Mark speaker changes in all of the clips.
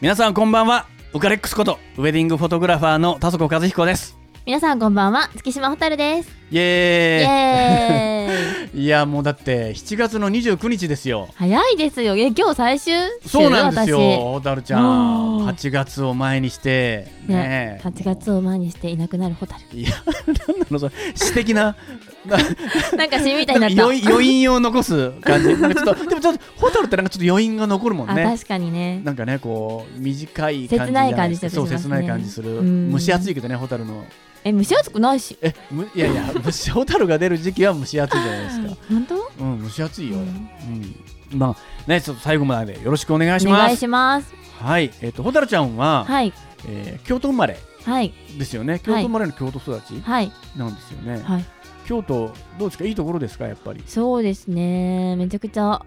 Speaker 1: 皆さんこんばんはウカレックスことウェディングフォトグラファーの田底和彦です
Speaker 2: 皆さんこんばんは月島蛍です
Speaker 1: イ
Speaker 2: イ
Speaker 1: エ
Speaker 2: エーイ
Speaker 1: ーイいやもうだって7月の29日ですよ
Speaker 2: 早いですよえ今日最終週
Speaker 1: そうなんですよホタルちゃん
Speaker 2: おー
Speaker 1: 8月を前にして
Speaker 2: 私ね
Speaker 1: ねえ
Speaker 2: 8月を前にしていなくなる 蛍
Speaker 1: いやなんなのそれ詩的 なな
Speaker 2: なんか死みたいになった
Speaker 1: 余韻 余韻を残す感じなんかちょっとでもちょっとホタルってなんかちょっと余韻が残るもん
Speaker 2: あ
Speaker 1: ね
Speaker 2: 確かにね
Speaker 1: なんかねこう短い感じじゃ
Speaker 2: 切ない
Speaker 1: な
Speaker 2: 感
Speaker 1: い
Speaker 2: じ
Speaker 1: ですかそう
Speaker 2: しますね
Speaker 1: 切ない感じする
Speaker 2: うん
Speaker 1: 蒸し暑いけどねホタルの
Speaker 2: え蒸し暑くないし
Speaker 1: えむいやいや 蒸しホタルが出る時期は蒸し暑いじゃないですか
Speaker 2: 本当お
Speaker 1: うん蒸し暑いよ、う
Speaker 2: うんん
Speaker 1: まあねちょっと最後までよろしくお願いします
Speaker 2: 願いします
Speaker 1: はいえっ、とホタルちゃんは、
Speaker 2: はい
Speaker 1: えー京都生まれ
Speaker 2: はい
Speaker 1: ですよね京都生まれの京都育ち
Speaker 2: はい
Speaker 1: なんですよね、
Speaker 2: はい
Speaker 1: 京都どうですかいいところですかやっぱり
Speaker 2: そうですねめちゃくちゃ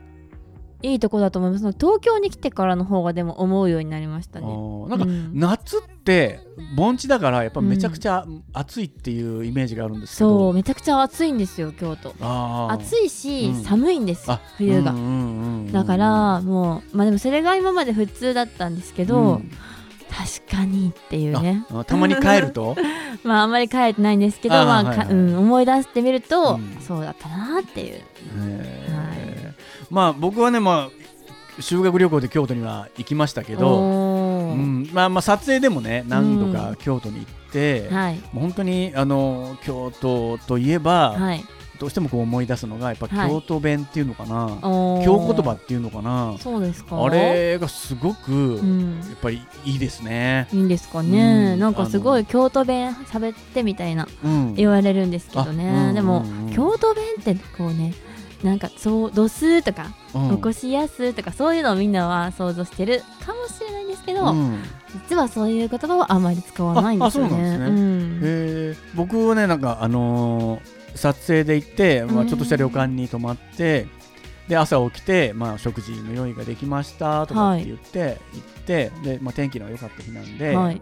Speaker 2: いいとこだと思います東京に来てからの方がでも思うようになりました
Speaker 1: あ
Speaker 2: ね
Speaker 1: ーなんか、
Speaker 2: うん
Speaker 1: 夏って盆地だからやっぱめちゃくちゃ暑いっていうイメージがあるんですけど、
Speaker 2: そうめちゃくちゃ暑いんですよ京都
Speaker 1: あー
Speaker 2: 暑いし、
Speaker 1: うん
Speaker 2: 寒いんです
Speaker 1: あ
Speaker 2: 冬が、
Speaker 1: うんうんうんうん
Speaker 2: だからもうまあでもそれが今まで普通だったんですけど、
Speaker 1: うん
Speaker 2: 確かにっていう
Speaker 1: あ
Speaker 2: ね
Speaker 1: あたまに帰る と
Speaker 2: まああんまり帰ってないんですけど
Speaker 1: あー
Speaker 2: ま
Speaker 1: は
Speaker 2: あ、
Speaker 1: いはい
Speaker 2: かうん、思い出してみると、
Speaker 1: うん
Speaker 2: そうだったなっていう
Speaker 1: えー
Speaker 2: は
Speaker 1: まあ僕はねまあ修学旅行で京都には行きましたけど、う
Speaker 2: おー
Speaker 1: ん、まあまあ撮影でもね何度か京都に行って、も
Speaker 2: はいう
Speaker 1: 本当にあの京都といえば、
Speaker 2: はい
Speaker 1: どうしてもこう思い出すのがやっぱ
Speaker 2: はい
Speaker 1: 京都弁っていうのかな、
Speaker 2: おー
Speaker 1: 京言葉っていうのかな
Speaker 2: そうですか
Speaker 1: あれがすごくや
Speaker 2: うん
Speaker 1: っぱりいいですね。
Speaker 2: いいんですかね、
Speaker 1: うん
Speaker 2: なんかす
Speaker 1: あ
Speaker 2: ご
Speaker 1: の
Speaker 2: い京都弁喋ってみたいな
Speaker 1: うん
Speaker 2: 言われるんですけどね、
Speaker 1: あうん
Speaker 2: でも、
Speaker 1: うん
Speaker 2: 京都弁ってこうねなんかそう度数とか
Speaker 1: うん
Speaker 2: 起こしやすとかそういうのをみんなは想像してるかもしれないんですけど、
Speaker 1: うん
Speaker 2: 実はそういう言葉はあまり使わないんですよね。
Speaker 1: ああそうなんですね
Speaker 2: うん
Speaker 1: へー僕はねなんかあのー撮影で行って、まあ、
Speaker 2: うん
Speaker 1: ちょっとした旅館に泊まってで朝起きて、まあ、食事の用意ができましたとかって言って、行ってで、まあ、天気の良かった日なんで、
Speaker 2: はい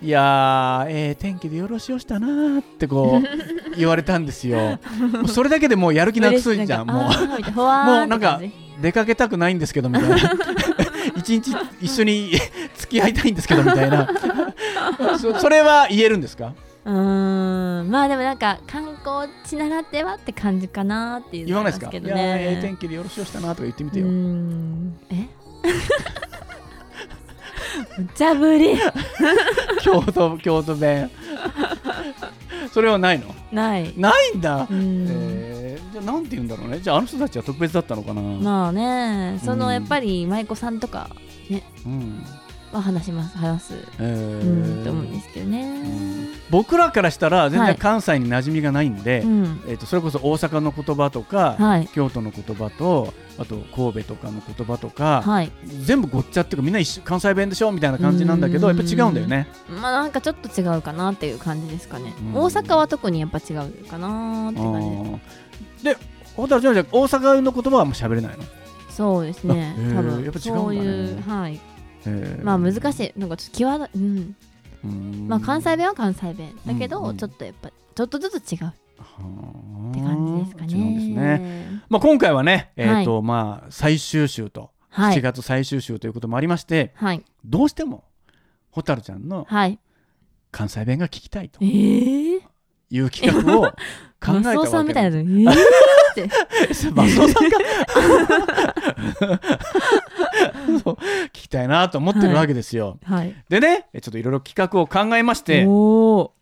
Speaker 2: い、、
Speaker 1: やー、えー天気でよろしよしたなーってこう 言われたんですよもうそれだけでもうやる気なくすんじゃんもう
Speaker 2: 嬉しいなんかあーみたいなほわー
Speaker 1: もうなんか
Speaker 2: って感
Speaker 1: 出かけたくないんですけどみたいな 一日一緒に付き合いたいんですけどみたいなそそれは言えるんですか
Speaker 2: じうーんまあでもなんか観光地ならではって感じかなっていう
Speaker 1: 言
Speaker 2: の
Speaker 1: わ
Speaker 2: は
Speaker 1: な
Speaker 2: あ
Speaker 1: いです
Speaker 2: りま
Speaker 1: か、
Speaker 2: けど
Speaker 1: いやーええ天
Speaker 2: ね。
Speaker 1: 気でよろしよしたなとか言ってみ
Speaker 2: う
Speaker 1: て
Speaker 2: ー
Speaker 1: よ、
Speaker 2: んえむちゃぶり
Speaker 1: 京都 京都 弁それはないの
Speaker 2: ない。
Speaker 1: ないんだ、
Speaker 2: うん
Speaker 1: えーじゃあなんて言うんだろうねじゃああの人たちは特別だったのかな、
Speaker 2: まあねそ
Speaker 1: うん
Speaker 2: のやっぱり舞妓さんとか
Speaker 1: うん
Speaker 2: は話します話す
Speaker 1: え
Speaker 2: う
Speaker 1: ー
Speaker 2: んと思うんですけど
Speaker 1: う
Speaker 2: ね
Speaker 1: ん。僕らからしたら全
Speaker 2: は
Speaker 1: 然
Speaker 2: い
Speaker 1: 関西に馴染みがないんで、
Speaker 2: うん
Speaker 1: えー、とそれこそ大阪の言葉とか、
Speaker 2: はい
Speaker 1: 京都の言葉とあと神戸とかの言葉とか、
Speaker 2: はい。
Speaker 1: 全部ごっちゃっていうかみんな一緒関西弁でしょみたいな感じなんだけど
Speaker 2: う
Speaker 1: やっ
Speaker 2: ん
Speaker 1: ぱ違うんだよね。
Speaker 2: まあなんかちょっと違うかなっていう感じですかね
Speaker 1: うん
Speaker 2: 大阪は特にやっぱ違うかなーって感じで
Speaker 1: うんで蛍ちゃんはじゃあ大阪の言葉はもう喋れないの、
Speaker 2: すそうですね
Speaker 1: あへー
Speaker 2: 多分
Speaker 1: やっぱ違
Speaker 2: そ
Speaker 1: うんだね
Speaker 2: ういうはい
Speaker 1: えー
Speaker 2: まあ難しいなんかちょっと際どいうん
Speaker 1: うん
Speaker 2: まあ関西弁は関西弁だけ
Speaker 1: うんう
Speaker 2: ど
Speaker 1: ん
Speaker 2: ちょっとやっぱちょっとずつ違うっ
Speaker 1: はあ
Speaker 2: て感じですか
Speaker 1: 違うんですね。
Speaker 2: ね
Speaker 1: まあ、今回はね、え
Speaker 2: はい
Speaker 1: ーとまあ、最終週と、
Speaker 2: は
Speaker 1: 7
Speaker 2: い
Speaker 1: 月最終週ということもありまして
Speaker 2: はい
Speaker 1: どうしても蛍ちゃんの
Speaker 2: はい
Speaker 1: 関西弁が聞きたいと
Speaker 2: えー
Speaker 1: いう企画を 考えたわけ
Speaker 2: マスオさんみたいな
Speaker 1: な
Speaker 2: のえーって
Speaker 1: マスオさんかそう聞きたいなと思ってるわけですよ。
Speaker 2: はい
Speaker 1: でねえちょっといろいろ企画を考えまして
Speaker 2: おお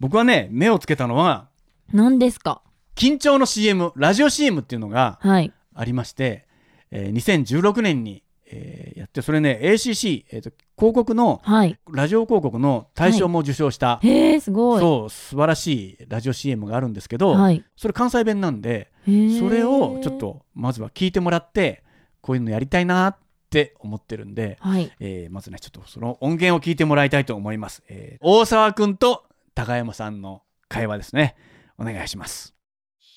Speaker 1: 僕はね目をつけたのは
Speaker 2: 何ですか
Speaker 1: 緊張の CM ラジオ CM っていうのが
Speaker 2: はい
Speaker 1: ありまして、えー2016年に、えーやってそれね ACC、えーと広告の
Speaker 2: はい
Speaker 1: ラジオ広告の大賞も受賞した、
Speaker 2: へえすごい
Speaker 1: そう素晴らしいラジオ CM があるんですけど、
Speaker 2: はい
Speaker 1: それ関西弁なんで
Speaker 2: へー
Speaker 1: それをちょっとまずは聞いてもらってこういうのやりたいなって思ってるんで、
Speaker 2: はい
Speaker 1: えーまずねちょっとその音源を聞いてもらいたいと思います、えー大沢くんと高山さんの会話ですねお願いします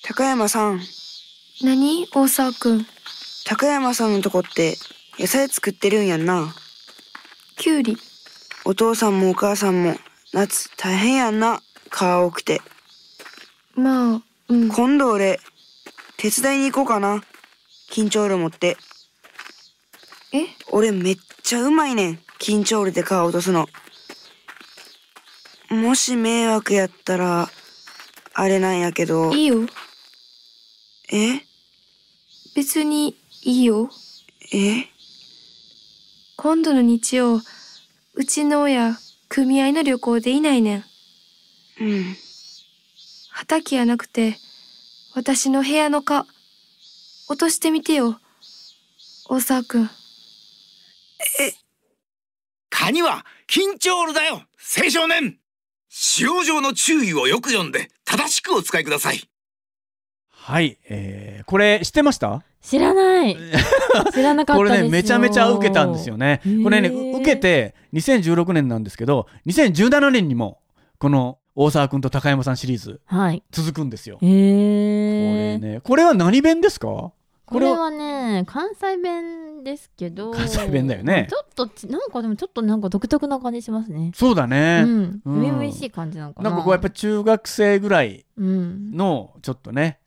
Speaker 3: 高山さん
Speaker 4: 何大沢くん
Speaker 3: 高山さんのとこって野菜作ってるんやんな
Speaker 4: きゅうり
Speaker 3: お父さんもお母さんも夏大変やんな蚊多くて
Speaker 4: まあうん
Speaker 3: 今度俺手伝いに行こうかな緊張る持って
Speaker 4: え
Speaker 3: 俺めっちゃうまいねん緊張力で皮を落とすの。もし迷惑やったら、あれなんやけど、
Speaker 4: いいよ。
Speaker 3: え
Speaker 4: 別にいいよ。
Speaker 3: え
Speaker 4: 今度の日曜、うちの親、組合の旅行でいないねん。
Speaker 3: うん。
Speaker 4: 畑やなくて、私の部屋の蚊、落としてみてよ。大沢くん。
Speaker 5: カニは緊張るだよ青少年使用上の注意をよく読んで正しくお使いください
Speaker 1: はい、えーこれ知ってました
Speaker 2: 知らない 知らなかったですよ
Speaker 1: これねめちゃめちゃ受けたんですよね
Speaker 2: へー
Speaker 1: これねう受けて2016年なんですけど2017年にもこの大沢君と高山さんシリーズ
Speaker 2: はい
Speaker 1: 続くんですよ、
Speaker 2: へえ
Speaker 1: これねこれは何弁ですか
Speaker 2: これはね関西弁ですけど
Speaker 1: 関西弁だよね
Speaker 2: ちょっとちなんかでもちょっとなんか独特な感じしますね
Speaker 1: そうだ
Speaker 2: う
Speaker 1: ね、
Speaker 2: ん
Speaker 1: うん
Speaker 2: 初々、しい感じなのかな
Speaker 1: なんかこうやっぱ中学生ぐらい
Speaker 2: うん
Speaker 1: のちょっとね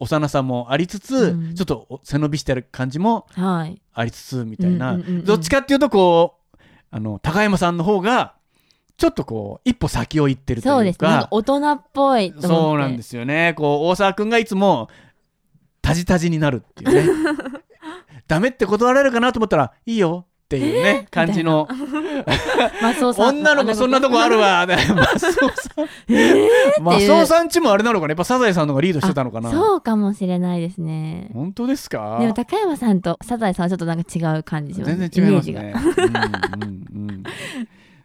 Speaker 1: 幼さもありつつ、
Speaker 2: うん
Speaker 1: ちょっと背伸びしてる感じも
Speaker 2: はい
Speaker 1: ありつつみたいな、
Speaker 2: うんうんうんうん
Speaker 1: どっちかっていうとこうあの高山さんの方がちょっとこう一歩先を行ってると
Speaker 2: そう
Speaker 1: い
Speaker 2: で
Speaker 1: う
Speaker 2: すねなんか
Speaker 1: か
Speaker 2: 大人っぽいと思って
Speaker 1: そうなんですすよねこう大沢君がいつもタジタジになるっていう ねダメって断られるかなと思ったらいいよっていうね感じの
Speaker 2: マスオさん
Speaker 1: 女の子そんなとこある わマスオさんマスオさんちもあれなのかなやっぱサザエさんの方がリードしてたのか な
Speaker 2: そうかもしれないですね
Speaker 1: 本当ですか
Speaker 2: でも高山さんとサザエさんはちょっとなんか違う感じします
Speaker 1: 全然違います
Speaker 2: イメージ
Speaker 1: ね。うんうんうん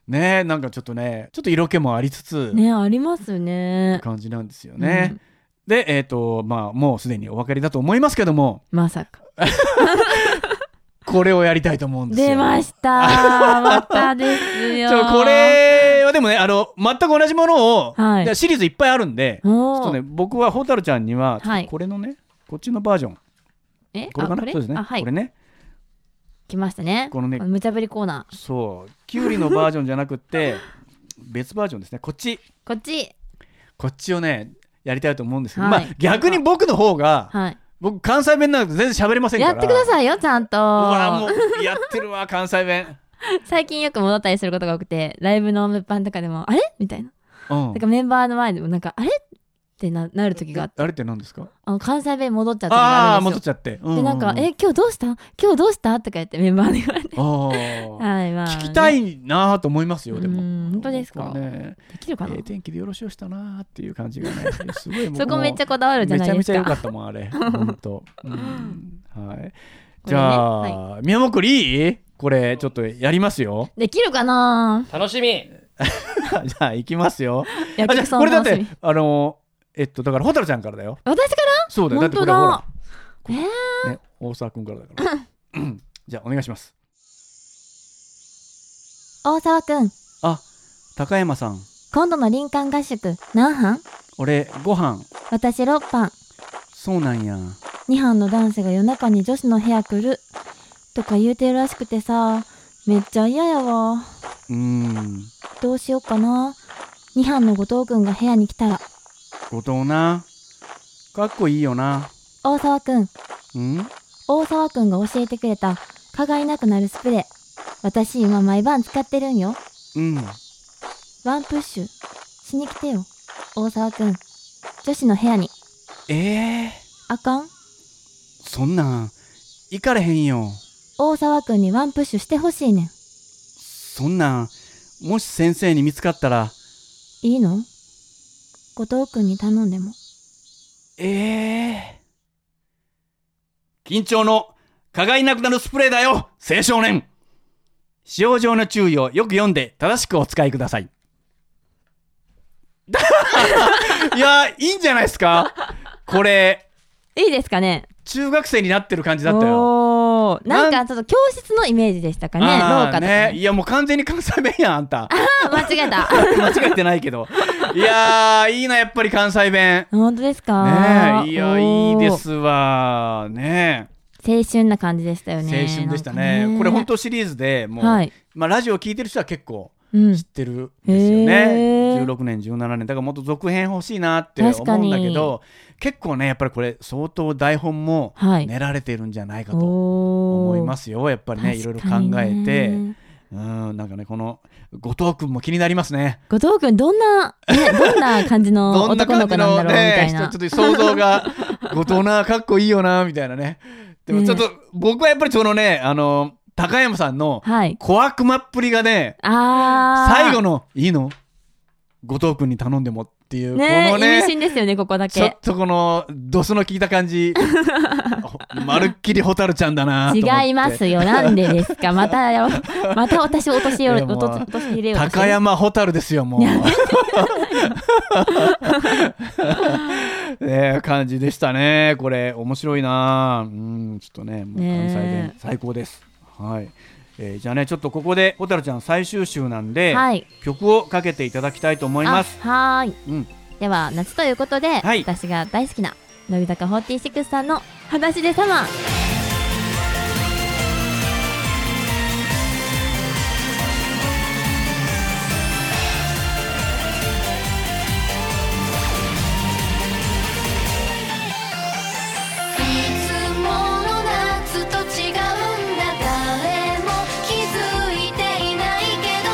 Speaker 1: ねえなんかちょっとねちょっと色気もありつつ、
Speaker 2: がねありますね
Speaker 1: 感じなんですよね。でえっ、とまあもうすでにお分かりだと思いますけども
Speaker 2: うんまさか
Speaker 1: これをやりたいと思うんですよ。
Speaker 2: 出ましたーまたです よ
Speaker 1: ちょこれはでもねあの全く同じものを、
Speaker 2: はい
Speaker 1: でシリーズいっぱいあるんでちょ
Speaker 2: お
Speaker 1: っ
Speaker 2: ー
Speaker 1: とね僕は蛍ちゃんにはちょっと
Speaker 2: はい
Speaker 1: これのね、こっちのバージョン
Speaker 2: え
Speaker 1: これか
Speaker 2: あ
Speaker 1: なそうですね、
Speaker 2: あはい
Speaker 1: これね
Speaker 2: 来ましたね
Speaker 1: このね
Speaker 2: 無茶ぶりコーナー
Speaker 1: そうキュウリのバージョンじゃなく て別バージョンですねこっち
Speaker 2: こっち
Speaker 1: こっちをねやりたいと思うんですけど、
Speaker 2: はい
Speaker 1: まあ逆に僕の方が、
Speaker 2: はい
Speaker 1: 僕関西弁なんか全然喋れませんか
Speaker 2: や
Speaker 1: ら
Speaker 2: ってくださいよちゃんと
Speaker 1: うわもうやってるわ関西弁
Speaker 2: 最近よく戻ったりすることが多くてライブの物販とかでもあれみたいな
Speaker 1: うん
Speaker 2: なんかメンバーの前でもなんかあれってななる時があって
Speaker 1: あれって何ですか
Speaker 2: あの関西弁戻っちゃった時が
Speaker 1: ああ
Speaker 2: あるん
Speaker 1: 戻
Speaker 2: で
Speaker 1: っ
Speaker 2: す
Speaker 1: ちゃって、う
Speaker 2: よでなんか「え今日どうした今日どうした?」とか言ってメンバーに言われて
Speaker 1: あ
Speaker 2: はいまあ
Speaker 1: あ聞きたいなと思いますよでも
Speaker 2: うん本当ですか
Speaker 1: 僕はね
Speaker 2: できるかな
Speaker 1: ええ天気でよろしいをしたなっていう感じがねすごいもう
Speaker 2: そこめっちゃこだわるじゃ
Speaker 1: め
Speaker 2: な
Speaker 1: ちゃ
Speaker 2: いで
Speaker 1: めち
Speaker 2: す
Speaker 1: ゃ良か
Speaker 2: か
Speaker 1: ったもんあれ本 当、うん、はいじ
Speaker 2: これね
Speaker 1: ゃあ、宮本くんいいこれちょっとやりますよ
Speaker 2: できるかな
Speaker 6: 楽しみ
Speaker 1: じゃあ行きますよ
Speaker 2: や
Speaker 1: あじゃ
Speaker 2: 客
Speaker 1: あ
Speaker 2: さん
Speaker 1: これだっ
Speaker 2: 楽してみ
Speaker 1: あのえっとだから蛍ちゃんからだよ
Speaker 2: 私から
Speaker 1: そうだよだってこれほら
Speaker 2: 本当だえ
Speaker 1: ね、大沢君からだから。 うんじゃあお願いします。
Speaker 2: 大沢くん
Speaker 1: あ、高山さん、
Speaker 2: 今度の林間合宿何班
Speaker 1: 俺ご飯
Speaker 2: 私6班
Speaker 1: そうなんや。
Speaker 2: 2班の男子が夜中に女子の部屋来るとか言うてるらしくてさめっちゃ嫌やわ
Speaker 1: うーん、
Speaker 2: どうしようかな2班の後藤くんが部屋に来たら
Speaker 1: 後藤な。かっこいいよな。
Speaker 2: 大沢くん
Speaker 1: うん？
Speaker 2: 大沢くんが教えてくれた蚊がいなくなるスプレー私今毎晩使ってるんよ
Speaker 1: うん。
Speaker 2: ワンプッシュしに来てよ大沢くん女子の部屋に
Speaker 1: ええ
Speaker 2: あかん
Speaker 1: そんなん行かれへんよ。
Speaker 2: 大沢くんにワンプッシュしてほしいねん
Speaker 1: そんなんもし先生に見つかったら、
Speaker 2: いいの後藤くんに頼んでも
Speaker 1: ええ緊張の蚊がいなくなるスプレーだよ、青少年。使用上の注意をよく読んで正しくお使いください。 いやー、いいんじゃないですかこれ、
Speaker 2: いいですかね
Speaker 1: 中学生になってる感じだったよ。
Speaker 2: よなん
Speaker 1: な
Speaker 2: かちょっと教室のイメージでしたかね廊
Speaker 1: あー
Speaker 2: 下とか
Speaker 1: ね。
Speaker 2: ね
Speaker 1: いや、もう完全に関西弁やん、あんた。
Speaker 2: あ間違えた
Speaker 1: 間違えてないけど。いやー、いいな、やっぱり関西弁。
Speaker 2: 本当ですか
Speaker 1: ねえ、いや、いいですわ。ねえ。
Speaker 2: 青春な感じでしたよ
Speaker 1: 青
Speaker 2: ね
Speaker 1: 春でした
Speaker 2: な
Speaker 1: ね
Speaker 2: んか
Speaker 1: これ本当シリーズでもう、
Speaker 2: はい
Speaker 1: まあ、ラジオ聞いてる人は結構
Speaker 2: うん
Speaker 1: 知ってるんですよね、
Speaker 2: へー
Speaker 1: 16年17年だからもっと続編欲しいなって思
Speaker 2: 確か
Speaker 1: うん
Speaker 2: に
Speaker 1: だけど結構ねやっぱりこれ相当台本も
Speaker 2: はい
Speaker 1: 練られてるんじゃないかと
Speaker 2: 思
Speaker 1: 思いますよやっぱりねいろいろ考えて、うんなんかねこの後藤君も気になりますね
Speaker 2: 後藤君ど んな、ね、どんな感じの
Speaker 1: どんな
Speaker 2: 男
Speaker 1: 感
Speaker 2: の子
Speaker 1: じ
Speaker 2: なん
Speaker 1: の
Speaker 2: だろうみた
Speaker 1: ね
Speaker 2: いな、
Speaker 1: 人ちょっと想像 が後藤なかっこいいよなみたいなねでもちょっと、僕はやっぱりそのねあの高山さんの
Speaker 2: はい
Speaker 1: 小悪魔っぷりがね
Speaker 2: あー
Speaker 1: 最後の「いいの後藤君に頼んでも」っていう、
Speaker 2: ね
Speaker 1: この
Speaker 2: 意味
Speaker 1: ね
Speaker 2: 深ですよねここだ
Speaker 1: ちょっ
Speaker 2: け
Speaker 1: とこのドスの効いた感 じまるっきり蛍ちゃんだなと思って
Speaker 2: 違いますよなんでですかま たよまた私を落としよ
Speaker 1: いうやも
Speaker 2: 落
Speaker 1: う
Speaker 2: と落とし入れようとして
Speaker 1: 高山蛍ですよもう。 ねえ感じでしたねこれ面白いなうんちょっとねもう関西
Speaker 2: ね
Speaker 1: 弁
Speaker 2: え
Speaker 1: 最高です、はい、えーじゃあねちょっとここで蛍ちゃん最終週なんで、
Speaker 2: はい
Speaker 1: 曲をかけていただきたいと思い
Speaker 2: あ
Speaker 1: ます
Speaker 2: はーい、
Speaker 1: うん
Speaker 2: では夏ということで、
Speaker 1: はい
Speaker 2: 私が大好きな乃木坂46さんの「裸足でサマー」
Speaker 6: いつもの夏と違うんだ誰も気づいていないけど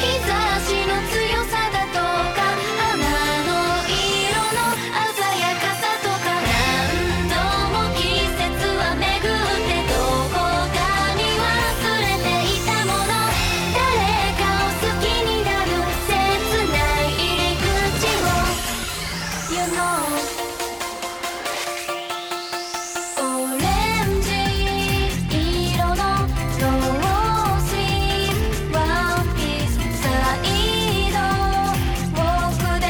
Speaker 6: 日差しの強さだとか花の色の鮮やかさとか何度も季節は巡ってどこかに忘れていたもの誰かを好きになる切ない入り口を You know オレンジ色のロースワンピースサイドウォークで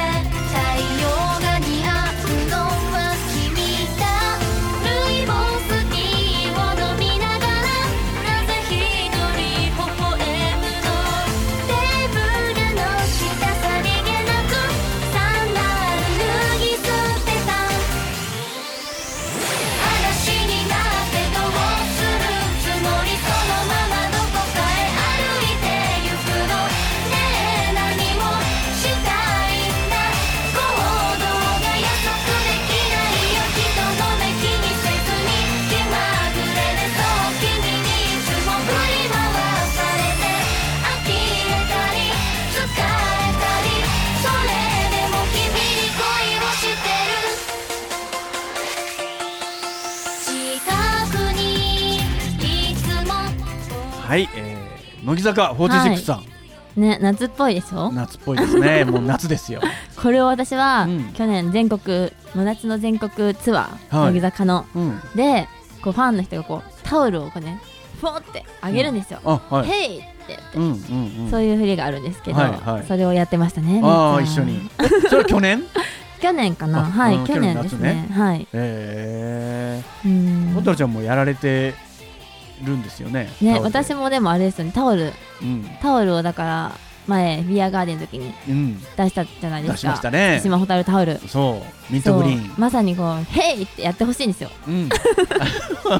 Speaker 6: 太陽が似合うのは君だルイボスティーを飲みながらなぜ一人微笑むのテーブルの下さりげなくサンダル脱ぎ捨てた「嵐になってどうするつもり」「そのままどこかへ歩いてゆくの」「ねえ何もしたいんだ」「行動が約束できないよ」「人の目気にせずに気まぐれでそう君にいつも振り回されて」「呆れたり疲れたり」「それでも君に恋をしてる」近くにいつも
Speaker 1: はい、えー乃木坂46さん、
Speaker 2: ね夏っぽいでしょ
Speaker 1: 夏っぽいです ねもう夏ですよ
Speaker 2: これを私は、
Speaker 1: うん
Speaker 2: 去年全国真夏の全国ツアー、
Speaker 1: はい
Speaker 2: 乃木坂の
Speaker 1: うん
Speaker 2: でこうファンの人がこうタオルをこうねフォーってあげるんですよ「
Speaker 1: あはい
Speaker 2: ヘイ!」ってやって、
Speaker 1: うんうんうん
Speaker 2: そういうふりがあるんですけど、
Speaker 1: はいはい
Speaker 2: それをやってましたね
Speaker 1: ああ
Speaker 2: めっ
Speaker 1: 一
Speaker 2: ちゃ
Speaker 1: 緒にえそれは去年
Speaker 2: 去年かな
Speaker 1: あ
Speaker 2: は
Speaker 1: うん
Speaker 2: い去年ですねはい
Speaker 1: ええ
Speaker 2: うん
Speaker 1: 蛍ちゃんもやられてるんですよね
Speaker 2: ね私
Speaker 1: も
Speaker 2: もでもあれですよねタオル
Speaker 1: うん
Speaker 2: タオルをだから前ビアガーデンの時に
Speaker 1: うん
Speaker 2: 出したじゃないですか
Speaker 1: 出しましたね
Speaker 2: 福島ホタルタオル
Speaker 1: そうミントグリーン
Speaker 2: そうまさにこう「ヘイ!」ってやってほしいんですよ
Speaker 1: うん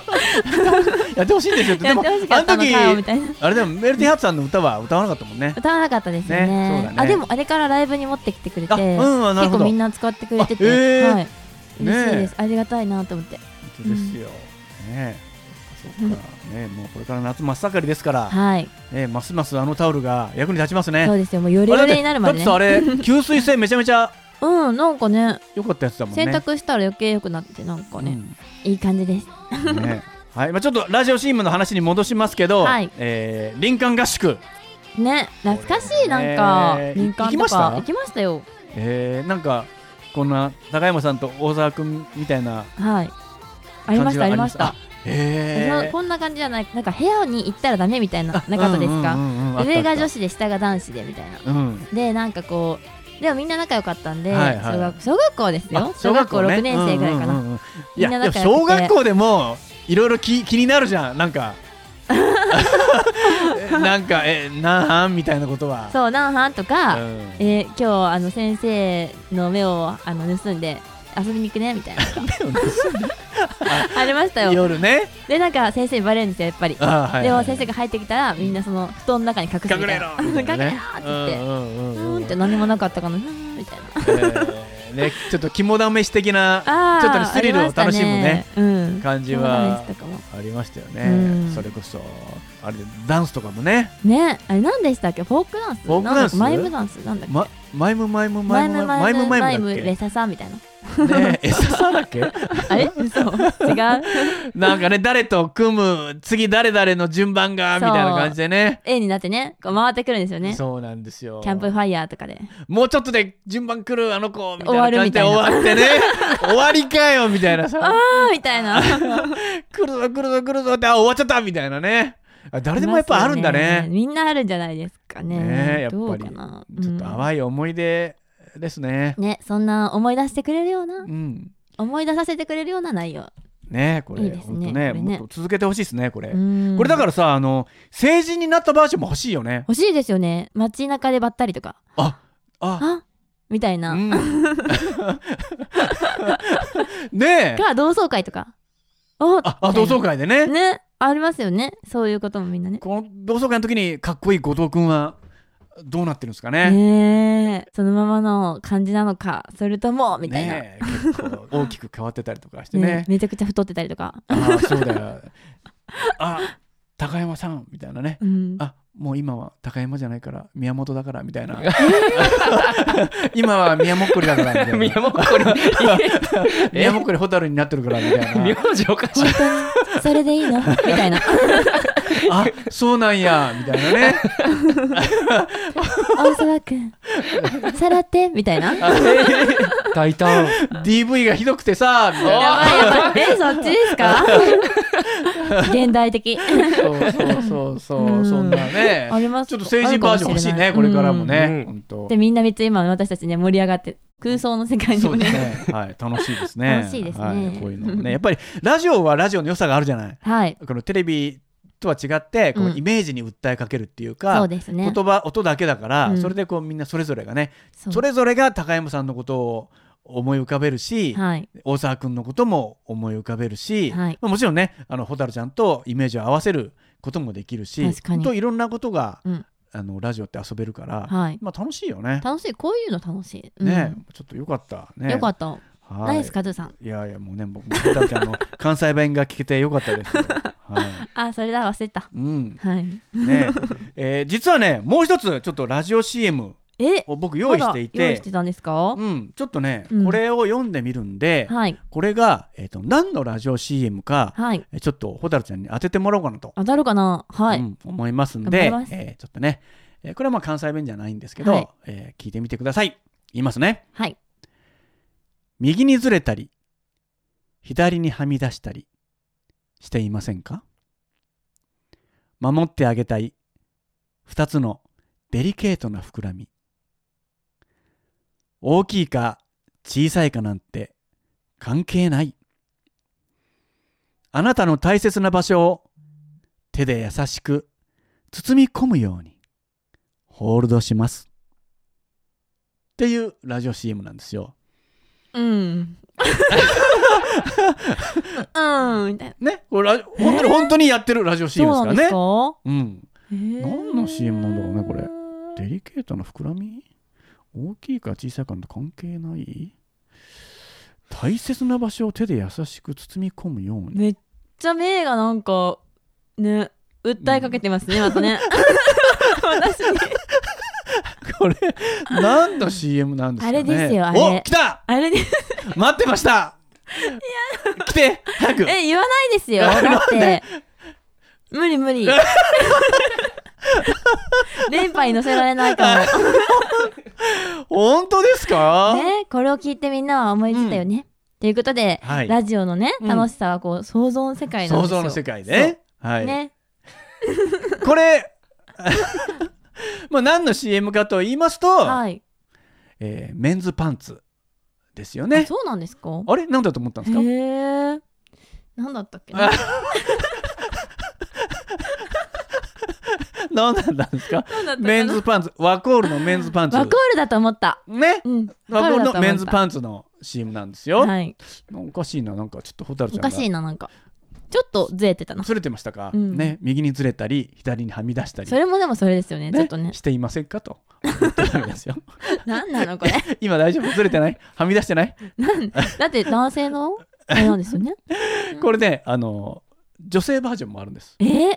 Speaker 1: やってほしいんですよ
Speaker 2: や
Speaker 1: で
Speaker 2: って
Speaker 1: も
Speaker 2: ほしか
Speaker 1: あ
Speaker 2: っ
Speaker 1: の
Speaker 2: たの
Speaker 1: 時
Speaker 2: かよみたいな
Speaker 1: あれでもメルティーハーツさんの歌は歌わなかったもんね
Speaker 2: 歌わなかったですよね
Speaker 1: ねそうだね
Speaker 2: あでもあれからライブに持ってきてくれて、
Speaker 1: あうんなる
Speaker 2: 結
Speaker 1: ほ
Speaker 2: 構
Speaker 1: ど
Speaker 2: みんな使ってくれてて、
Speaker 1: あへー
Speaker 2: はい
Speaker 1: ねえ
Speaker 2: 嬉しいです、ありがたいなと思って
Speaker 1: 本当ですよねそっかねもうこれから夏真っ盛りですから
Speaker 2: はい
Speaker 1: ねますますあのタオルが 役に立ちます
Speaker 2: そう
Speaker 1: ね
Speaker 2: ですよもうヨレヨレになるまでね
Speaker 1: あれだってだってさあれ吸水性めちゃめちゃ
Speaker 2: うんなんかね
Speaker 1: 良かったやつだもんね
Speaker 2: 洗濯したら余計良くなってなんかね、いい感じです
Speaker 1: うんねはいまあちょっとラジオ CM の話に戻しますけど
Speaker 2: はい
Speaker 1: えー林間合宿
Speaker 2: ね懐かしいなんか
Speaker 1: えー
Speaker 2: 民間
Speaker 1: 行き
Speaker 2: と
Speaker 1: ました
Speaker 2: か行きましたよ
Speaker 1: えーなんかこんな高山さんと大沢君みたいな
Speaker 2: はいあり
Speaker 1: 感
Speaker 2: まし
Speaker 1: じ
Speaker 2: た
Speaker 1: は
Speaker 2: ありました
Speaker 1: あへ
Speaker 2: そ
Speaker 1: ー
Speaker 2: うこんな感じじゃないなんか部屋に行ったらダメみたいななかった
Speaker 1: うんう
Speaker 2: ですか、
Speaker 1: んうんうんあった
Speaker 2: 上が
Speaker 1: あ
Speaker 2: 女
Speaker 1: っ
Speaker 2: 子で下が男子でみたいな
Speaker 1: たうん
Speaker 2: でなんかこうでもみんな仲良かったんで、
Speaker 1: はいはい
Speaker 2: 小学小学校ですよ
Speaker 1: あ
Speaker 2: 小学校
Speaker 1: ね
Speaker 2: 6年生ぐらいかな、
Speaker 1: うんうんうんい
Speaker 2: みん
Speaker 1: やで
Speaker 2: な
Speaker 1: も
Speaker 2: 仲良くて
Speaker 1: 小学校でもいろいろ気気になるじゃんなん かえなんかえなんみたいなことは
Speaker 2: そう何班とか、
Speaker 1: うん
Speaker 2: えー今日あの先生の目をあの盗んで遊びに行くねみた いなありましたよ
Speaker 1: 夜ね
Speaker 2: でなんか先生にバレるんですよやっぱり、
Speaker 1: あはいはいはい
Speaker 2: でも先生が入ってきたらみんなその布団の中に隠すみたいな隠れろ
Speaker 1: みたいなね
Speaker 2: って言って、
Speaker 1: うんうん
Speaker 2: う
Speaker 1: うん
Speaker 2: ーんって何もなかったかなうーんみたいな
Speaker 1: えーね、ちょっと肝試し的な
Speaker 2: あー
Speaker 1: ちょっとねスリルを楽しむね
Speaker 2: ありましたうん、
Speaker 1: 感じ
Speaker 2: そう
Speaker 1: は
Speaker 2: でしたかも
Speaker 1: ありましたよ
Speaker 2: うん
Speaker 1: ね。それこそあれでダンスとかもね、
Speaker 2: ねあれ何でしたっけフォークダンス
Speaker 1: フォークダンス
Speaker 2: なんだマイムダンスなんだっけ、
Speaker 1: ま、マイムマイムマイムマ
Speaker 2: マ
Speaker 1: イ
Speaker 2: イ
Speaker 1: ム
Speaker 2: ム
Speaker 1: マ
Speaker 2: マ
Speaker 1: イ
Speaker 2: イ
Speaker 1: ム
Speaker 2: ム
Speaker 1: だっ
Speaker 2: レサさんみたいな
Speaker 1: け ねえ SSR だっけ
Speaker 2: あれ嘘違う
Speaker 1: なんかね誰と組む次誰々の順番がみたいな感じでね
Speaker 2: A になってねこう回ってくるんですよね
Speaker 1: そうなんですよ
Speaker 2: キャンプファイヤーとかで
Speaker 1: もうちょっとで順番来るあの子みたい
Speaker 2: 終わ
Speaker 1: な
Speaker 2: る
Speaker 1: 感じ
Speaker 2: み
Speaker 1: で
Speaker 2: たいな
Speaker 1: 終わってね終わりかよみたいなさ
Speaker 2: あーみたいな
Speaker 1: 来るぞ来るぞ来るぞってあ終わっちゃったみたいなね あ誰でもやっぱあるんだ
Speaker 2: います
Speaker 1: ね
Speaker 2: よみんなあるんじゃないですかね
Speaker 1: ねえやっぱり
Speaker 2: どうかな
Speaker 1: ちょっと
Speaker 2: い、
Speaker 1: 淡い思い出ですね
Speaker 2: うんねそんな思い出してくれるような
Speaker 1: うん
Speaker 2: 思い出させてくれるような内容
Speaker 1: ねこれ
Speaker 2: いいですね
Speaker 1: ほんとね
Speaker 2: これ
Speaker 1: も
Speaker 2: ね
Speaker 1: っと続けてほしいですねこれ、
Speaker 2: こ
Speaker 1: これだからさあの成人になったバージョンも欲しいよね
Speaker 2: 欲しいですよね街中でばったりとか
Speaker 1: ああ
Speaker 2: あみたいな、
Speaker 1: うん、ねえ
Speaker 2: か同窓会とかお
Speaker 1: ああ同窓会でね
Speaker 2: ねありますよねそういうこともみんなね
Speaker 1: この同窓会の時にかっこいい後藤君はどうなってるんですかね
Speaker 2: ねえそのままの感じなのかそれともみたいな、
Speaker 1: ねえ結構大きく変わってたりとかして
Speaker 2: ね
Speaker 1: ね
Speaker 2: めちゃくちゃ太ってたりとか、
Speaker 1: ああそうだよあ高山さんみたいなね
Speaker 2: うん、
Speaker 1: あもう今は高山じゃないから宮本だからみたいな 今は宮もっこりだからみたいな
Speaker 7: 宮本これ
Speaker 1: 宮もっこり蛍になってるからみ たいな
Speaker 7: 名字おかしい
Speaker 2: 本当にそれでいいのみ たいな
Speaker 1: あそうなんやみたいなね
Speaker 2: 大沢君さらってみたいなやば
Speaker 7: 大胆
Speaker 1: DV がひどくてさみたいない
Speaker 2: やばいえそっちで すか現代的
Speaker 1: そうそうそうそう
Speaker 2: うん
Speaker 1: そんなね
Speaker 2: あります
Speaker 1: ちょっと成人バージョン欲しい
Speaker 2: あ
Speaker 1: ね
Speaker 2: るか
Speaker 1: こ
Speaker 2: も
Speaker 1: れ
Speaker 2: し
Speaker 1: か
Speaker 2: れない
Speaker 1: らも
Speaker 7: う
Speaker 1: ね
Speaker 7: ん
Speaker 1: 本当
Speaker 2: でみんなめっちゃ今私たちね盛り上がって空想の世界に
Speaker 1: そ
Speaker 2: も
Speaker 1: うです
Speaker 2: ね
Speaker 1: ねはい楽しいですね
Speaker 2: 楽しいですね
Speaker 1: はいこういうのもねやっぱりラジオはラジオの良さがあるじゃない
Speaker 2: はい
Speaker 1: このテレビとは違ってこ
Speaker 2: う
Speaker 1: うんイメージに訴えかけるっていう
Speaker 2: そ
Speaker 1: か
Speaker 2: うですね
Speaker 1: 言葉音だけだから
Speaker 2: うん
Speaker 1: それでこうみんなそれぞれがね
Speaker 2: そう
Speaker 1: それぞれが高山さんのことを思い浮かべるし
Speaker 2: はい
Speaker 1: 大沢君のことも思い浮かべるし、
Speaker 2: はい
Speaker 1: まあもちろんねあの蛍ちゃんとイメージを合わせることもできるし
Speaker 2: 確かに
Speaker 1: ほんといろんなことが、
Speaker 2: うん
Speaker 1: あのラジオって遊べるから、
Speaker 2: はい
Speaker 1: まあ、楽しいよね。
Speaker 2: 楽しいこういうの楽しい、うん
Speaker 1: ね、ちょっとよかったね。
Speaker 2: よかった
Speaker 1: た。
Speaker 2: ナイスカズーさん
Speaker 1: いやいやもうね僕も蛍ちゃんの関西弁が聞けてよかったです よ。はい。
Speaker 2: あそれだ忘れてた
Speaker 1: うん。
Speaker 2: はい
Speaker 1: ね、えー実はねもう一つちょっとラジオ CM
Speaker 2: え
Speaker 1: を僕用意してい
Speaker 2: まだ用意
Speaker 1: て
Speaker 2: してたんですか、
Speaker 1: うん、ちょっとね、
Speaker 2: うん
Speaker 1: これを読んでみるんで、
Speaker 2: はい
Speaker 1: これが、えー、と何のラジオ CM か、
Speaker 2: はい
Speaker 1: えちょっと蛍ちゃんに当ててもらおうかなと、
Speaker 2: 当たるかなはい、
Speaker 1: うん思いますんで
Speaker 2: 頑張ります
Speaker 1: えーちょっとね、えーこれはまあ関西弁じゃないんですけど、
Speaker 2: はい
Speaker 1: えー聞いてみてください言いますね
Speaker 2: はい
Speaker 1: 右にずれたり左にはみ出したりしていませんか守ってあげたい2つのデリケートな膨らみ大きいか小さいかなんて関係ないあなたの大切な場所を手で優しく包み込むようにホールドしますっていうラジオ CM なんですよ。
Speaker 2: うんうんみたいな
Speaker 1: ね、これラジ本当に本当にやってるラジオ CM です
Speaker 2: そ
Speaker 1: から
Speaker 2: うなん
Speaker 1: ね
Speaker 2: です。か
Speaker 1: うん、
Speaker 2: 何
Speaker 1: 何の CM なんだろうねこれデ
Speaker 2: れ
Speaker 1: リケートな膨らみ大きいか小さいかと関係ない大切な場所を手で優しく包み込むように。
Speaker 2: めっちゃ名がなんかね訴えかけてます ね、またね私に
Speaker 1: これ何の CM なんですかね。
Speaker 2: あれですよあれ
Speaker 1: お来た
Speaker 2: あれね
Speaker 1: 待ってました来て早く
Speaker 2: え言わないですよだって無理無理連覇に乗せられないか
Speaker 1: 本当です
Speaker 2: も
Speaker 1: か、
Speaker 2: ねこれを聞いてみんなは思いついたよね、ということで、
Speaker 1: はい
Speaker 2: ラジオのね
Speaker 1: うん
Speaker 2: 楽しさはこう、想像の世界なん
Speaker 1: 想
Speaker 2: ですよ
Speaker 1: 像の世界で。は
Speaker 2: そう
Speaker 1: い、
Speaker 2: ね
Speaker 1: これ まあ何の CM かと言いますと、
Speaker 2: はい、
Speaker 1: えーメンズパンツですよ
Speaker 2: あ
Speaker 1: ね。
Speaker 2: そうなんですか
Speaker 1: あれなんだと思ったんですか
Speaker 2: へえなんだったっけな
Speaker 1: なんなんですか
Speaker 2: なんだったかな
Speaker 1: メンズパンツ、ワコールのメンズパンツ。
Speaker 2: ワコールだと思った
Speaker 1: ね
Speaker 2: うん
Speaker 1: ワコールのメンズ
Speaker 2: ン
Speaker 1: パンツの CM なんですよ。
Speaker 2: はい
Speaker 1: おかしいな、なんかちょっと蛍ち
Speaker 2: お
Speaker 1: ゃんが
Speaker 2: かしいななんかちょっとずれてたの
Speaker 1: ずれてましたか、
Speaker 2: うん
Speaker 1: ね右にずれたり左にはみ出したり
Speaker 2: それもでもそれですよね
Speaker 1: ね
Speaker 2: ちょっと ね
Speaker 1: していませんかと言ってたんですよ
Speaker 2: なんなのこれ
Speaker 1: 今大丈夫ずれてないはみ出してない
Speaker 2: なんだって男性のあれなんです よね
Speaker 1: これねあの女性バージョンもあるんです
Speaker 2: えー、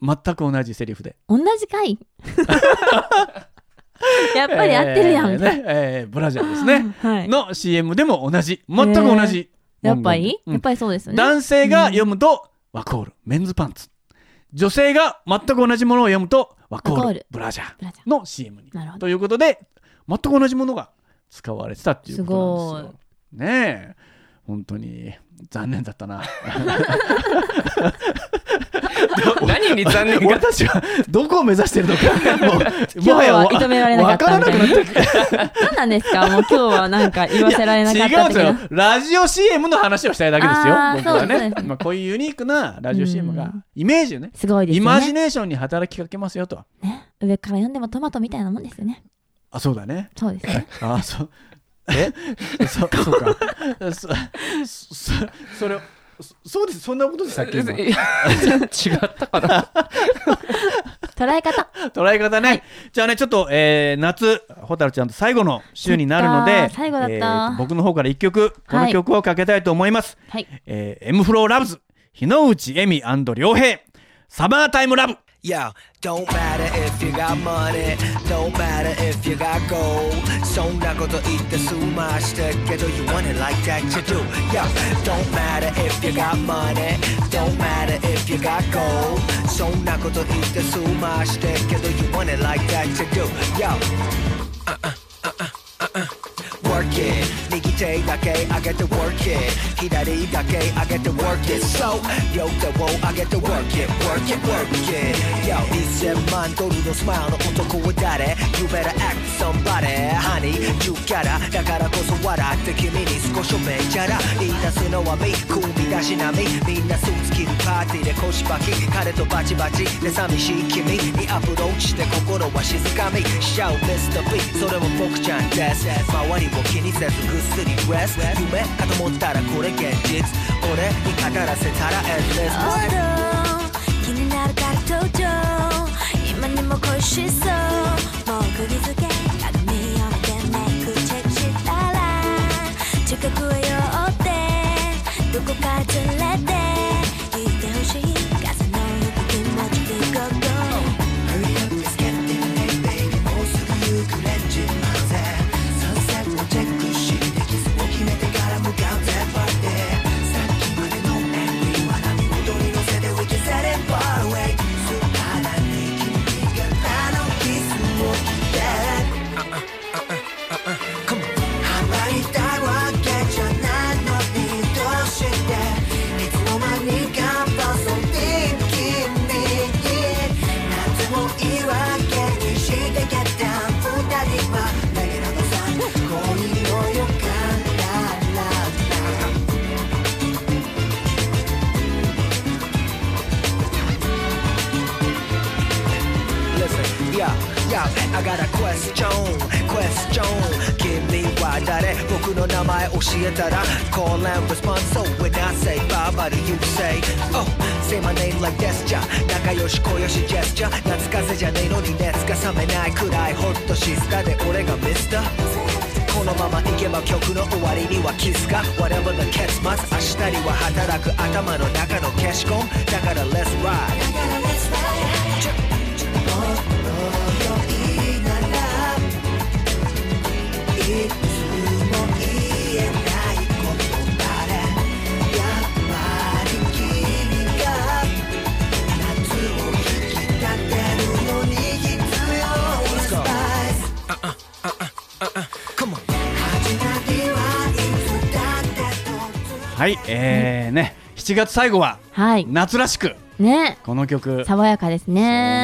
Speaker 1: 全く同じセリフで
Speaker 2: 同じ かいやっぱり合ってるやん
Speaker 1: え
Speaker 2: み
Speaker 1: ー
Speaker 2: たい
Speaker 1: ねえーブラジャーですね
Speaker 2: な、はい、
Speaker 1: の CM でも同じ全く同じ、
Speaker 2: やっぱり、
Speaker 1: うん
Speaker 2: やっぱりそうですよね
Speaker 1: 男性が読むとワコールメンズパンツ女性が全く同じものを読むとワコ
Speaker 2: ワコ
Speaker 1: ー
Speaker 2: ー
Speaker 1: ル
Speaker 2: ル
Speaker 1: ブラジャ
Speaker 2: ブラジャ
Speaker 1: ーの CM に
Speaker 2: なるほど
Speaker 1: ということで全く同じものが使われてたっていうことなんですよねえ本当に残念だった な
Speaker 7: 何に残念
Speaker 1: 俺
Speaker 7: か
Speaker 1: たちはどこを目指してる のかもう
Speaker 2: 今日は
Speaker 1: もは
Speaker 2: 認められなかっ
Speaker 1: わ
Speaker 2: たみ
Speaker 1: か
Speaker 2: たい
Speaker 1: らなく
Speaker 2: な
Speaker 1: なってきた
Speaker 2: 何なんですかもう今日はなんか言わせられなかっ
Speaker 1: 違
Speaker 2: た
Speaker 1: うん
Speaker 2: 的
Speaker 1: ですよ
Speaker 2: な
Speaker 1: ラジオ CM の話をしたいだけですよ
Speaker 2: あー
Speaker 1: 僕は
Speaker 2: そう
Speaker 1: ね
Speaker 2: です
Speaker 1: まあこういうユニークなラジオ CM が
Speaker 2: うん
Speaker 1: イメージをね
Speaker 2: すごいです
Speaker 1: イ
Speaker 2: よ
Speaker 1: マジ
Speaker 2: ね
Speaker 1: ネーションに働きかけますよと
Speaker 2: 上から読んでもトマトみたいなもんですよね
Speaker 1: あそうだね
Speaker 2: そうですね
Speaker 1: あそうえ そそうかそそそれをそそうですそんなことでしたっけ今
Speaker 7: いや違ったかな
Speaker 2: 捉え方
Speaker 1: 捉え方ね、じゃあねちょっと、えー夏蛍ちゃんと最後の週になるの
Speaker 2: や
Speaker 1: で
Speaker 2: ったー最後だった
Speaker 1: えー僕の方から一曲こ
Speaker 2: は
Speaker 1: の
Speaker 2: い
Speaker 1: 曲をかけたいと思います、
Speaker 2: はい
Speaker 1: えー、M フローラブズ日之内恵美良平サマータイムラブ
Speaker 8: Yo, don't matter if you got money, don't matter if you got gold. そんなこと言って済ましたけど you want it like that you do. Yo, don't matter if you got money, don't matter if you got gold. そんなこと言って済ましたけど you want it like that you do. Yo. Uh-uh, work it 右手だけ上げて work it 左だけ上げて work it so 両手を上げて work it work it work it yo 1000万ドルのスマイルの男は誰 You better act somebody honey you gotta だからこそ笑って君に少しおめちゃら言い出すのはみ組み出し並みみんなスーツ着るパーティーで腰ばき彼とバチバチで寂しい君にアプローチして心は静かみ Shout Mr. B それは僕ちゃんです周りを気にせずぐっすり rest 夢かと思ったらこれ現実俺に語らせたら endless
Speaker 6: 気になるから登場今にも恋しそうもう釘付け鏡を見てメイクチェックしたら近くへ寄ってどこかへ連れて行ってほしい風のよく気持ちで心を
Speaker 8: Hurry up let's get in there baby もうすぐゆくレンジン混ぜサンセットをチェックしてキスを決めてから向かうぜパーティーさっきまでのメンディーは波音に乗せて We can set it far away 素肌に君があのキスを着てハマりたいわけじゃないのにどうしていつの間にかパソリン君になんでも言い訳にしてけた二人はだけどさ恋の予感だらいやいや I got a question question 君は誰僕の名前教えたら Call and response so when I say bye bye do you say Oh say my name like this じゃ仲良し小よしジェスチャー夏風邪じゃねえのに熱が冷めないくらいホットシスタで俺がミスターこのままいけば曲の終わりにはキスか Whatever the 結末明日には働く頭の中の消しゴムだから Let's ride
Speaker 1: はいえー、ね7月最後は
Speaker 2: はい
Speaker 1: 夏らしく
Speaker 2: ね
Speaker 1: この曲そう
Speaker 2: 爽やかです
Speaker 1: な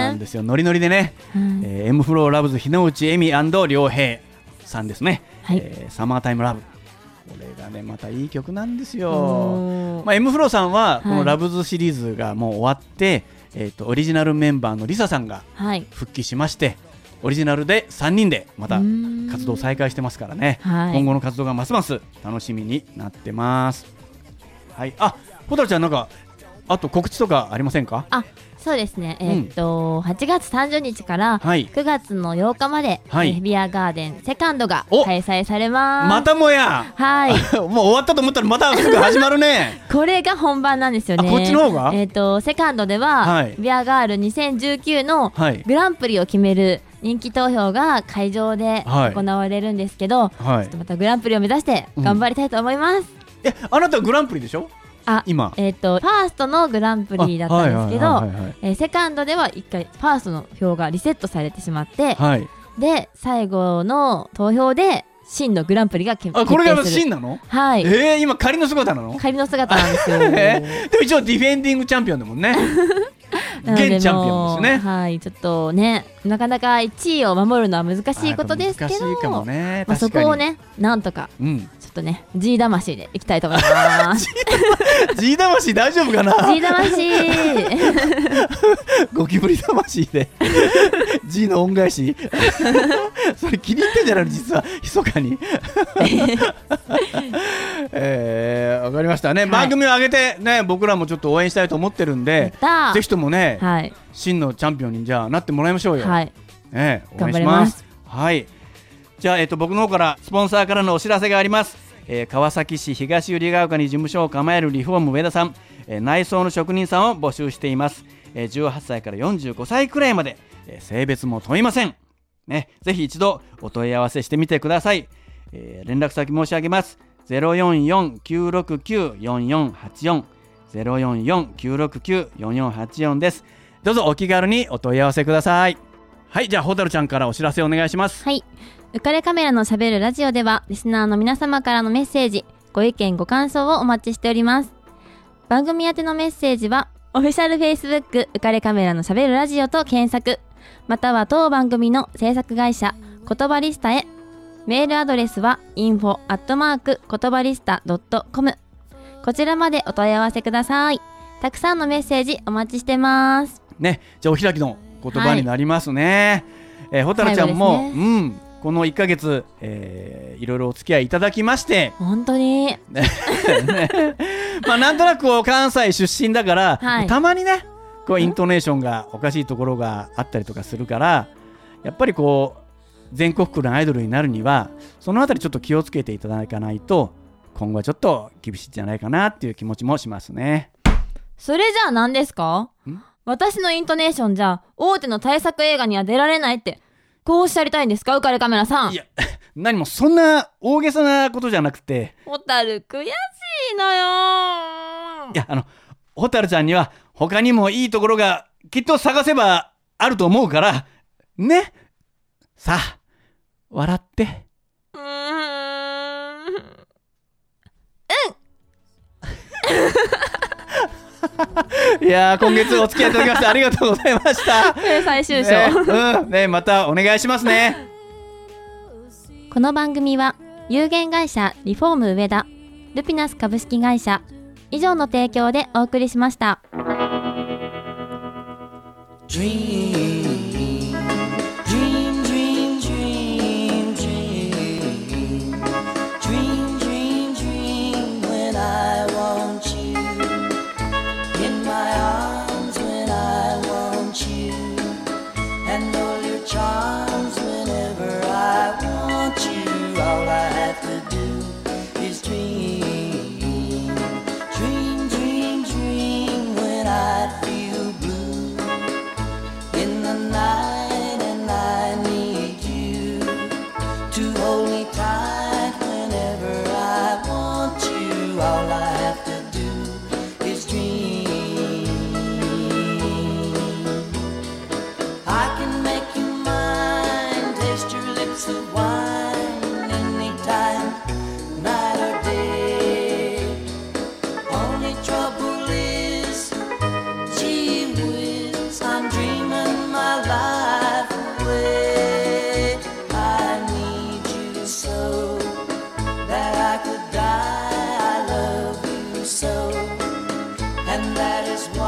Speaker 2: ね
Speaker 1: んですよノリノリでね、
Speaker 2: はい
Speaker 1: えー、M フローラブズ日之内恵美良平さんですね、
Speaker 2: はい
Speaker 1: えーサマータイムラブこれがねまたいい曲なんですよ
Speaker 2: おー
Speaker 1: まあ、M フローさんはこ
Speaker 2: は
Speaker 1: の
Speaker 2: い
Speaker 1: ラブズシリーズがもう終わって、えー、とオリジナルメンバーのリサさんが
Speaker 2: はい
Speaker 1: 復帰しましてオリジナルで3人でまた
Speaker 2: うーん
Speaker 1: 活動再開してますからね、
Speaker 2: はい
Speaker 1: 今後の活動がますます楽しみになってますはいあ蛍ちゃんなんかあと告知とかありませんか
Speaker 2: あそうですね、えーっと8月30日から
Speaker 1: はい
Speaker 2: 9月の8日まで、
Speaker 1: はい
Speaker 2: えービアガーデンセカンドが
Speaker 1: お
Speaker 2: 開催されます。
Speaker 1: またもや
Speaker 2: はい、
Speaker 1: もう終わったと思ったらまたすぐ始まる ね
Speaker 2: これが本番なんですよね。
Speaker 1: あこっちの方が
Speaker 2: えっ、とセカンドでは、
Speaker 1: はい
Speaker 2: ビアガール2019の
Speaker 1: はい
Speaker 2: グランプリを決める人気投票が会場で
Speaker 1: はい
Speaker 2: 行われるんですけど、
Speaker 1: は
Speaker 2: ちょ
Speaker 1: い
Speaker 2: っとまたグランプリを目指して頑張りたいと思います。
Speaker 1: えあなたグランプリでしょ
Speaker 2: あ、
Speaker 1: 今
Speaker 2: えっ、とファーストのグランプリだったんですけ
Speaker 1: あはいはいはい
Speaker 2: ど
Speaker 1: はいはい。
Speaker 2: えーセカンドでは一回ファーストの票がリセットされてしまって、
Speaker 1: はい
Speaker 2: で最後の投票で真のグランプリが決
Speaker 1: あ
Speaker 2: 決定す
Speaker 1: こ
Speaker 2: る
Speaker 1: れが真なの
Speaker 2: はい
Speaker 1: えー、今仮の姿 なの
Speaker 2: 仮の姿なんですよ
Speaker 1: えーでも一応ディフェンディングチャンピオンだもんね
Speaker 2: なので
Speaker 1: 現チャンピオンですね
Speaker 2: もうはいちょっとねなかなか1位を守るのは難しいことですけど
Speaker 1: あー難しいかもね
Speaker 2: まあ、そ
Speaker 1: 確かに
Speaker 2: こをねなんとか
Speaker 1: うん
Speaker 2: ちょっとね G 魂でいきたいと思います
Speaker 1: G 魂大丈夫かな
Speaker 2: G 魂
Speaker 1: ゴキブリ魂で G の恩返し それ気に入ってんじゃないの実は密か にえー、わかりましたね、
Speaker 2: い
Speaker 1: 番組を上げてね僕らもちょっと応援したいと思ってるん
Speaker 2: やっ
Speaker 1: で
Speaker 2: たー
Speaker 1: ぜひともね、
Speaker 2: はい
Speaker 1: 真のチャンピオンにじゃあなってもらいましょうよ、
Speaker 2: はい
Speaker 1: ええ、お願いし
Speaker 2: 頑張りま
Speaker 1: ます
Speaker 2: す。
Speaker 1: はい。じゃあ、えっと、僕の方からスポンサーからのお知らせがあります。えー川崎市東百合ヶ丘に事務所を構えるリフォーム上田さん、えー内装の職人さんを募集しています。えー18歳から45歳くらいまで、えー性別も問いません。ね、ぜひ一度お問い合わせしてみてください。えー連絡先申し上げます。044-969-4484 044-969-4484です。どうぞお気軽にお問い合わせください。はい、じゃあ、ホタルちゃんからお知らせお願いします。
Speaker 2: はい。浮かれカメラのしゃべるラジオでは、リスナーの皆様からのメッセージ、ご意見、ご感想をお待ちしております。番組宛てのメッセージは、オフィシャル Facebook 浮かれカメラのしゃべるラジオと検索、または当番組の制作会社、言葉リスタへ。メールアドレスは info アットマーク言葉リスタ .com こちらまでお問い合わせください。たくさんのメッセージお待ちしてます。
Speaker 1: ね、じゃあ、お開きの言葉になりますね。えー、ホタルちゃん
Speaker 2: 最
Speaker 1: も、
Speaker 2: 後です
Speaker 1: うん、この1ヶ月、えーいろいろお付き合いいただきまして、
Speaker 2: 本当に。
Speaker 1: まあ、なんとなくこう関西出身だから、
Speaker 2: はい
Speaker 1: たまにね、こうイントネーションがおかしいところがあったりとかするから、やっぱりこう、全国区のアイドルになるには、そのあたりちょっと気をつけていただかないと、今後はちょっと厳しいんじゃないかなっていう気持ちもしますね。
Speaker 2: それじゃあ何ですか私のイントネーションじゃ大手の対策映画には出られないってこうおっしゃりたいんですかウカレカメラさん
Speaker 1: いや、何もそんな大げさなことじゃなくて、
Speaker 2: ホタル悔しいのよ
Speaker 1: いや、あの、ホタルちゃんには他にもいいところがきっと探せばあると思うから、ね。さあ、笑って。
Speaker 2: うーん
Speaker 1: いやー、今月お付き合いいただきましてありがとうございました。
Speaker 2: これ最終章、
Speaker 1: ね、うん、ね、またお願いしますね。
Speaker 2: この番組は有限会社リフォーム上田ルピナス株式会社以上の提供でお送りしました。
Speaker 8: that I could die. I love you so, and that is why